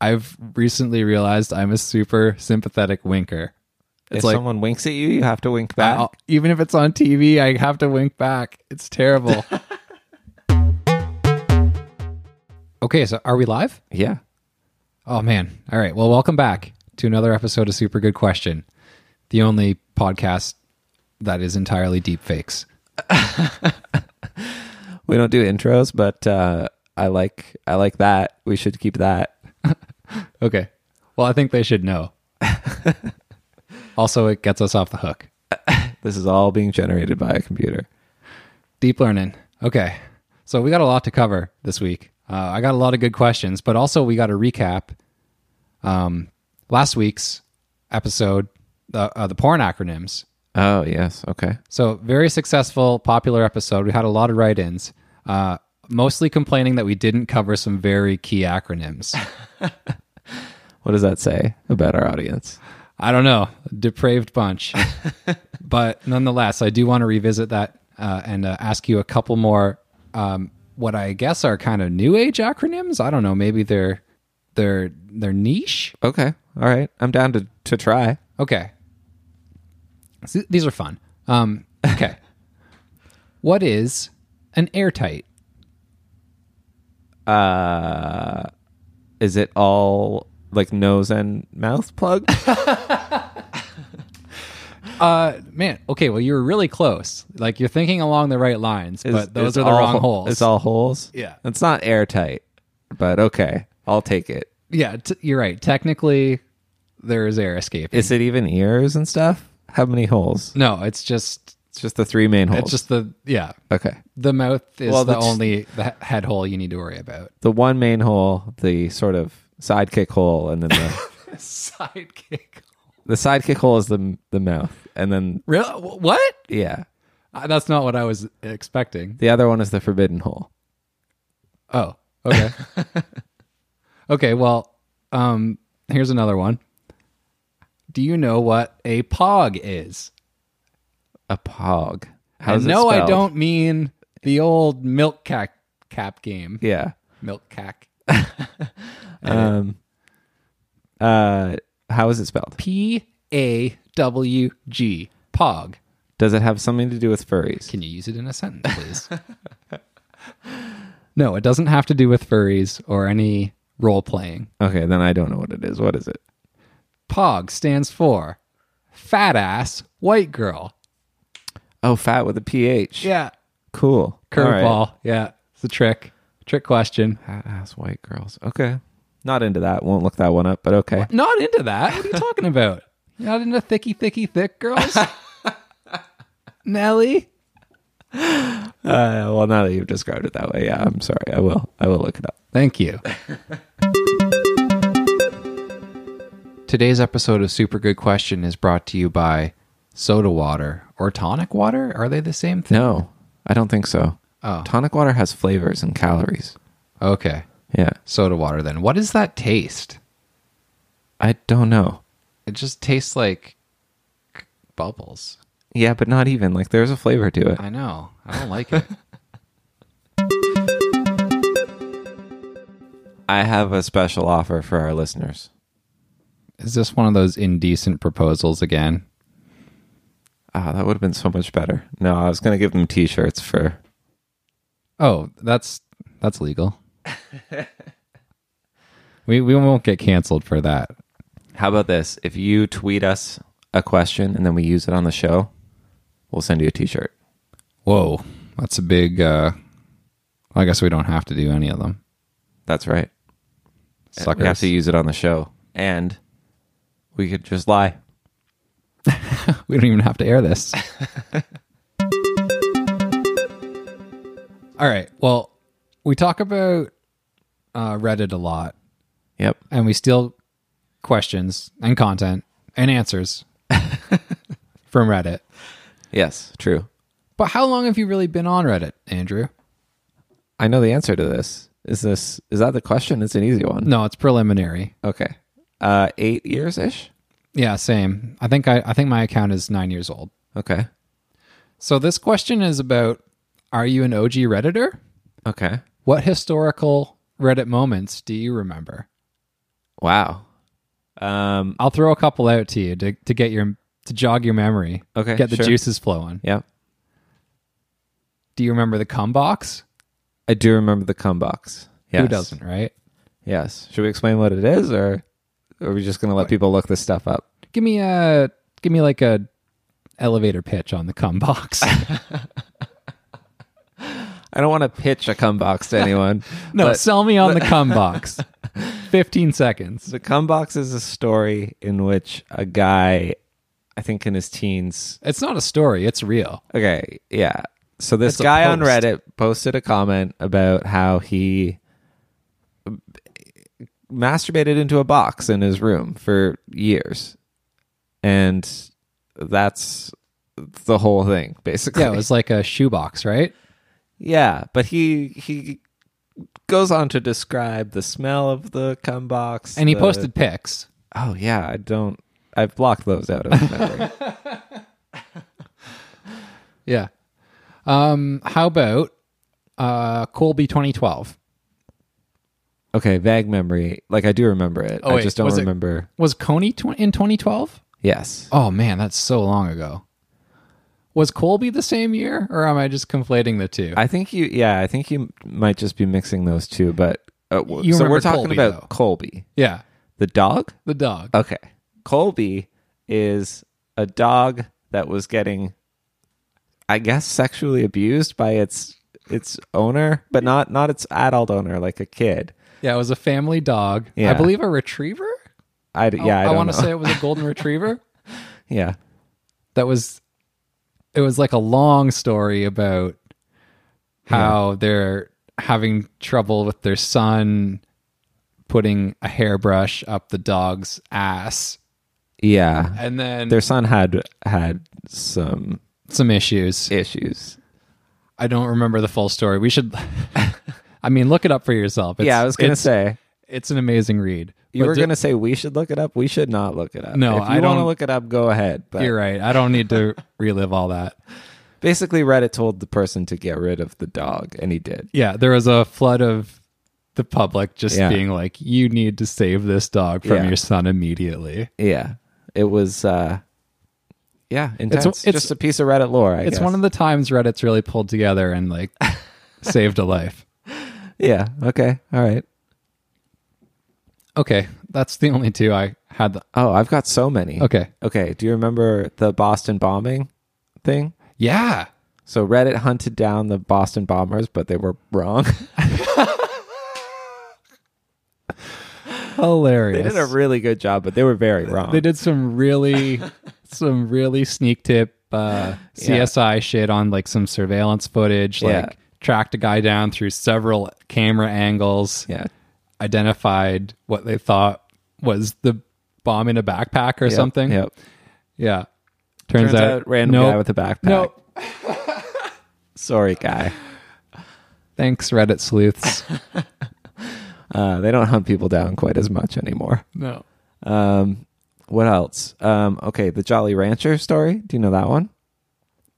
I've recently realized I'm a super sympathetic winker. It's if like someone winks at you, you have to wink back. I'll- even if it's on TV, I have to wink back. It's terrible. okay, so are we live? yeah. Oh man. All right. Well, welcome back to another episode of Super Good Question, the only podcast that is entirely deep fakes. We don't do intros, but uh, I like I like that. We should keep that. Okay. Well, I think they should know. also, it gets us off the hook. This is all being generated by a computer. Deep learning. Okay. So we got a lot to cover this week. Uh, I got a lot of good questions, but also we got to recap um, last week's episode, uh, uh, the porn acronyms. Oh yes, okay. So very successful, popular episode. We had a lot of write-ins, uh, mostly complaining that we didn't cover some very key acronyms. What does that say about our audience? I don't know, depraved bunch. but nonetheless, I do want to revisit that uh, and uh, ask you a couple more. Um, what I guess are kind of new age acronyms. I don't know. Maybe they're they're they're niche. Okay, all right. I'm down to to try. Okay, So these are fun. Um, okay, what is an airtight? Uh, is it all like nose and mouth plug? Uh, man. Okay. Well, you were really close. Like you're thinking along the right lines, It's- but those it's are the all wrong ho- holes. It's all holes. Yeah. it's not airtight, but okay, I'll take it. yeah, t- you're right. Technically, there is air escape. Is it even ears and stuff? How many holes? No, it's just It's just the three main holes. it's just the yeah. okay. The mouth is Well, the that's- only the he- head hole you need to worry about. The one main hole, the sort of sidekick hole, and then the, Sidekick. the sidekick hole is the the mouth, and then Really? Wh- What? yeah, Uh, That's not what I was expecting. the other one is the forbidden hole. Oh, okay. okay, well, um here's another one. Do you know what a pog is? A pog. How's and it no, I spelled? don't mean the old milk cac cap game. Yeah. Milk cac. Um. Uh. How is it spelled? P A W G. Pog. Does it have something to do with furries? Can you use it in a sentence, please? no, it doesn't have to do with furries or any role playing. Okay, then I don't know what it is. What is it? POG stands for fat ass white girl. Oh, fat with a ph. Yeah. Cool. All right. Curveball. Yeah. It's a trick. Trick question. Fat ass white girls. Okay. Not into that. Won't look that one up. But okay. Not into that. What are you talking about? You're not into thicky, thicky, thick girls? Nelly? Uh, well, now that you've described it that way, yeah, I'm sorry. I will. I will look it up. Thank you. Today's episode of Super Good Question is brought to you by soda water or tonic water. Are they the same thing? No, I don't think so. Oh. Tonic water has flavors and calories. Okay. Yeah, Soda water then. What does that taste? I don't know. It just tastes like c- bubbles. Yeah, but not even like there's a flavor to it. I know. I don't like it. I have a special offer for our listeners. Is this one of those indecent proposals again? Ah, that would have been so much better. No, I was gonna give them T-shirts for. Oh, that's that's legal. we we won't get canceled for that. How about this? If you tweet us a question and then we use it on the show, we'll send you a T-shirt. Whoa, that's a big. Uh, I guess we don't have to do any of them. That's right. Suckers. Uh, We have to use it on the show, and we could just lie. We don't even have to air this. All right. Well, we talk about uh, Reddit a lot, Yep. and we steal questions and content and answers from Reddit. Yes. True. But how long have you really been on Reddit, Andrew? I know the answer to this. Is this is that the question? It's an easy one. No, it's preliminary. Okay. Uh eight years ish? Yeah, same. I think I, I think my account is nine years old. Okay. So this question is about: Are you an OG redditor? Okay. What historical Reddit moments do you remember? Wow. Um, I'll throw a couple out to you to, to get your to jog your memory. Okay, Get the sure. juices flowing. yeah. Do you remember the cum box? I do remember the cum box. Yes. Who doesn't, right? Yes. Should we explain what it is or are we just going to let people look this stuff up? Give me a give me like a elevator pitch on the cum box. I don't want to pitch a cum box to anyone. no, but sell me on the cum box. 15 seconds. the cum box is a story in which a guy, I think in his teens, It's not a story, it's real. okay, yeah. So this It's a guy on post. Reddit posted a comment about how he masturbated into a box in his room for years. And that's the whole thing, basically. Yeah, it was like a shoebox, right? Yeah, but he he goes on to describe the smell of the cum box. And he the- posted pics. Oh yeah, I don't. I've blocked those out of my memory. Yeah. Um, how about uh, Colby 2012? okay, vague memory. Like I do remember it. Oh, I wait, just don't was it- remember. Was Coney tw- in 2012? Yes. Oh man, that's so long ago. Was Colby the same year, or am I just conflating the two? I think you. Yeah, I think you might just be mixing those two. But uh, w- You so remember we're talking Colby, about though. Colby, yeah, the dog. the dog. Okay, Colby is a dog that was getting, I guess, sexually abused by its its owner, but not not its adult owner, like a kid. yeah, it was a family dog. Yeah. I believe a retriever. I d- yeah, Oh, I, I, don't want to know. say it was a golden retriever. yeah, That was. It was like a long story about how they're having trouble with their son putting a hairbrush up the dog's ass, yeah. and then Their son had had some some issues. issues. I don't remember the full story. We should. I mean, look it up for yourself. It's, yeah, I was gonna it's- say it's an amazing read. you But were d- gonna say we should look it up. We should not look it up. No, if you I want to don't- look it up, go ahead. But You're right. I don't need to relive all that. basically, Reddit told the person to get rid of the dog, and he did. Yeah, there was a flood of the public just Yeah. being like, "You need to save this dog from Yeah. your son immediately." Yeah. It was uh yeah, intense. It's, it's- just a piece of Reddit lore, I It's one of the times Reddit's really pulled together and like saved a life. Yeah. Okay. All right. Okay, that's the only two I had. The- Oh, I've got so many. okay, Okay, do you remember the Boston bombing thing? yeah, So Reddit hunted down the Boston bombers, but they were wrong. hilarious. they did a really good job, but they were very wrong. they did some really some really sneak tip uh CSI shit on like some surveillance footage like Yeah. tracked a guy down through several camera angles Yeah. identified what they thought was the bomb in a backpack or Yep, something Yep. yeah turns, Turns out, random nope, guy with a backpack. nope. Sorry, guy. thanks reddit sleuths Uh, they don't hunt people down quite as much anymore. no Um, what else? Um, okay, the Jolly Rancher story. Do you know that one?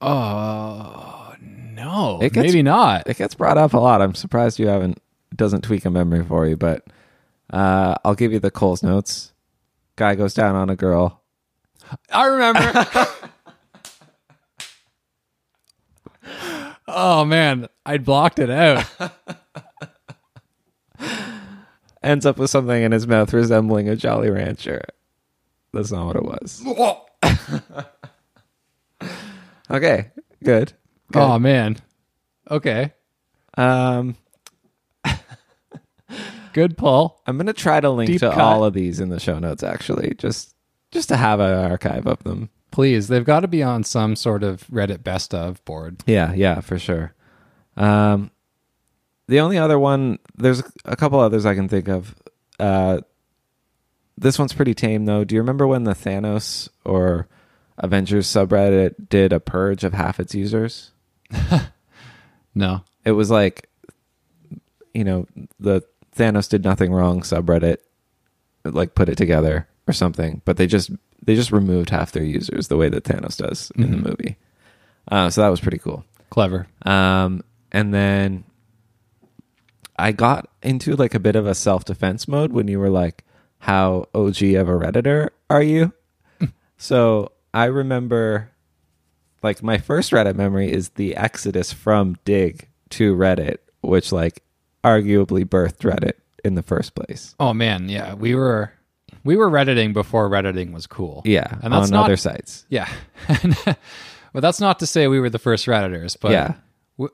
oh no It gets- maybe not it gets brought up a lot. I'm surprised you haven't it doesn't tweak a memory for you, but uh, I'll give you the Coles notes. Guy goes down on a girl. I remember. oh man, I blocked it out. Ends up with something in his mouth resembling a Jolly Rancher. That's not what it was. Okay, good. oh man. Okay. Um, Good pull. I'm gonna try to link Deep to cut. all of these in the show notes. Actually, just just to have an archive of them. Please, they've got to be on some sort of Reddit best of board. Yeah, yeah, for sure. Um, the only other one, there's a couple others I can think of. Uh, this one's pretty tame, though. Do you remember when the Thanos or Avengers subreddit did a purge of half its users? No. It was like, you know, the Thanos did nothing wrong subreddit, like put it together or something, but they just they just removed half their users the way that Thanos does in the movie. Uh, so that was pretty cool. Clever. Um, and then I got into like a bit of a self defense mode when you were like, how OG of a Redditor are you? so I remember, like, my first Reddit memory is the exodus from Dig to Reddit, which, like, arguably birthed Reddit in the first place. Oh man, yeah, we were we were redditing before redditing was cool. Yeah, and that's on not other sites. yeah. but that's not to say we were the first redditors. But yeah,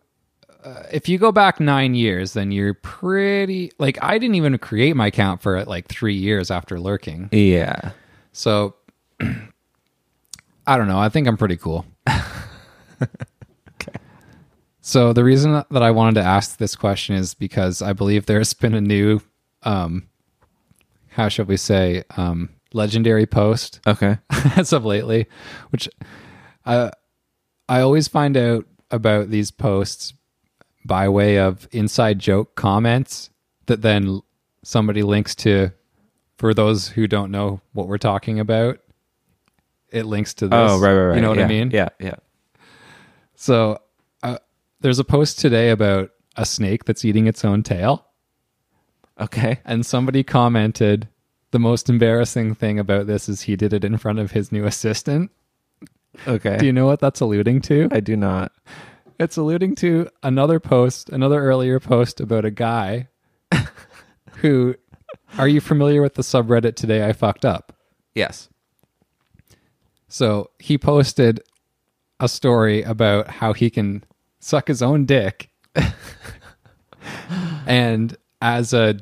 if you go back nine years, then you're pretty like I didn't even create my account for like three years after lurking. yeah. So I don't know. I think I'm pretty cool. So the reason that I wanted to ask this question is because I believe there's been a new, um, how shall we say, um, legendary post Okay. as of lately, which I I always find out about these posts by way of inside joke comments that then somebody links to for those who don't know what we're talking about. It links to this. Oh, right, right, right. You know what yeah, I mean? Yeah, yeah. So uh, there's a post today about a snake that's eating its own tail, Okay. and somebody commented, "The most embarrassing thing about this is he did it in front of his new assistant." Okay. Do you know what that's alluding to? I do not. It's alluding to another post, another earlier post about a guy who are you familiar with the subreddit today I fucked up? Yes. So he posted a story about how he can suck his own dick. and as a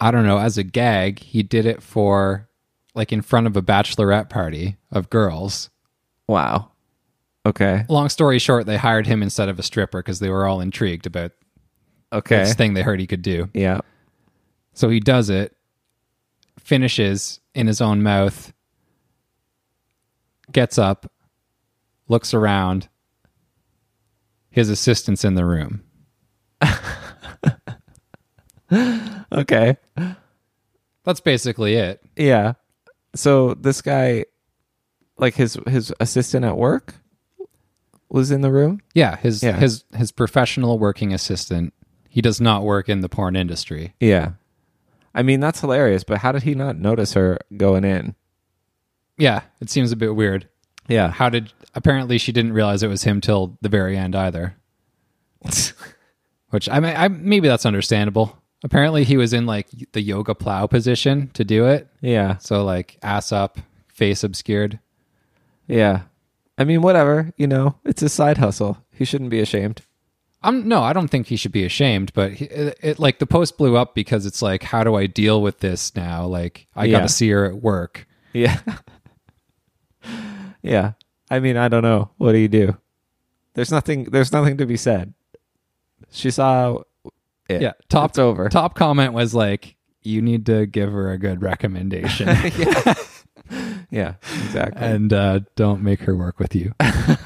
I don't know, as a gag, he did it for like in front of a bachelorette party of girls. Wow. Okay. Long story short, they hired him instead of a stripper because they were all intrigued about Okay. this thing they heard he could do. Yeah. So he does it, finishes in his own mouth, gets up, looks around, his assistant's in the room. Okay. That's basically it. Yeah. So this guy, like his his assistant at work, was in the room. Yeah, his Yeah. his his professional working assistant. He does not work in the porn industry. Yeah. I mean that's hilarious, but how did he not notice her going in? Yeah, it seems a bit weird. Yeah. How did apparently she didn't realize it was him till the very end either. Which I mean, I maybe that's understandable. Apparently he was in like the yoga plow position to do it. yeah. So like ass up, face obscured. Yeah. I mean whatever, you know, it's his side hustle. He shouldn't be ashamed. I'm no, I don't think he should be ashamed, but he, it, it like the post blew up because it's like, how do I deal with this now? Like I got Yeah. to see her at work. Yeah. yeah. I mean, I don't know. What do you do? There's nothing there's nothing to be said. She saw it. Yeah, top- it's over. Top comment was like, you need to give her a good recommendation Yeah, exactly. and uh, don't make her work with you.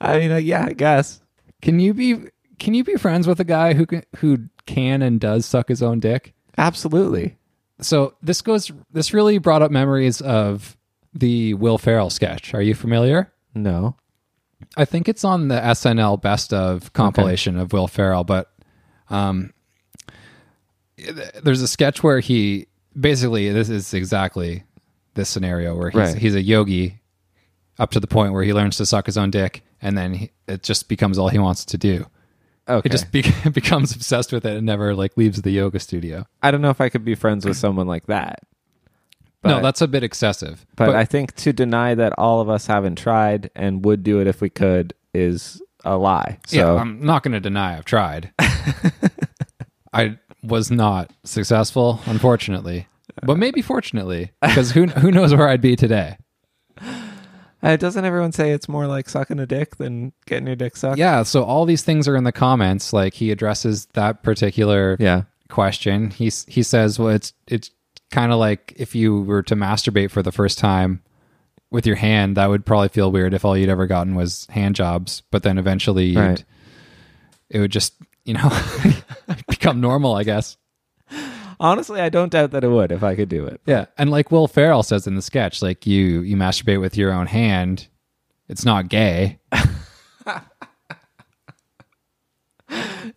I mean, uh, yeah, I guess. Can you be can you be friends with a guy who can, who can and does suck his own dick? Absolutely. So this goes this really brought up memories of the Will Ferrell sketch. Are you familiar? No. I think it's on the SNL best of compilation of Will Ferrell, but um, there's a sketch where he basically this is exactly this scenario where he's Right. he's a yogi up to the point where he learns to suck his own dick, and then he, it just becomes all he wants to do. Okay. He just be- becomes obsessed with it and never like leaves the yoga studio. I don't know if I could be friends with someone like that. But, no, that's a bit excessive. but, I think to deny that all of us haven't tried and would do it if we could is a lie. So yeah, I'm not going to deny I've tried. I was not successful, unfortunately, but maybe fortunately, because who who knows where I'd be today? Uh, doesn't everyone say it's more like sucking a dick than getting your dick sucked? Yeah. So all these things are in the comments. Like he addresses that particular Yeah. question. He s- he says, "Well, it's it's kind of like if you were to masturbate for the first time." With your hand, that would probably feel weird if all you'd ever gotten was hand jobs. But then eventually, you'd, Right. it would just you know become normal, I guess. Honestly, I don't doubt that it would if I could do it. Yeah, and like Will Ferrell says in the sketch, like you you masturbate with your own hand, it's not gay.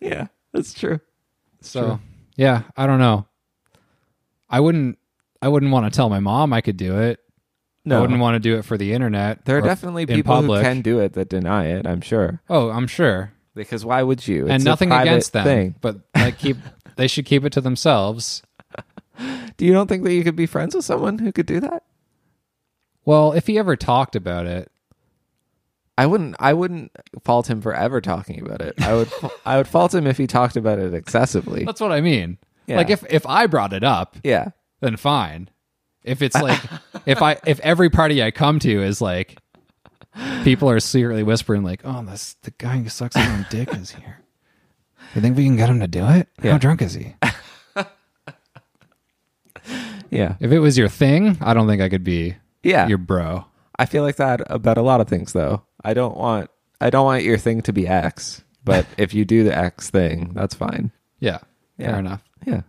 Yeah, that's true. So Yeah, I don't know. I wouldn't. I wouldn't want to tell my mom I could do it. I wouldn't want to do it for the internet. there are or definitely in people who public. can do it that deny it. I'm sure Oh, I'm sure. because why would you? It's and a nothing private against them, Thing. but like keep they should keep it to themselves. Do you don't think that you could be friends with someone who could do that? Well, if he ever talked about it, I wouldn't. I wouldn't fault him for ever talking about it. I would. I would fault him if he talked about it excessively. that's what I mean. Yeah. Like if if I brought it up, Yeah. then fine. If it's like if I if every party I come to is like people are secretly whispering like, "Oh, this the guy who sucks his own dick is here." You think we can get him to do it? Yeah. How drunk is he? Yeah. If it was your thing, I don't think I could be Yeah. your bro. I feel like that about a lot of things though. I don't want I don't want your thing to be X, but if you do the X thing, that's fine. Yeah, Yeah. fair enough. Yeah.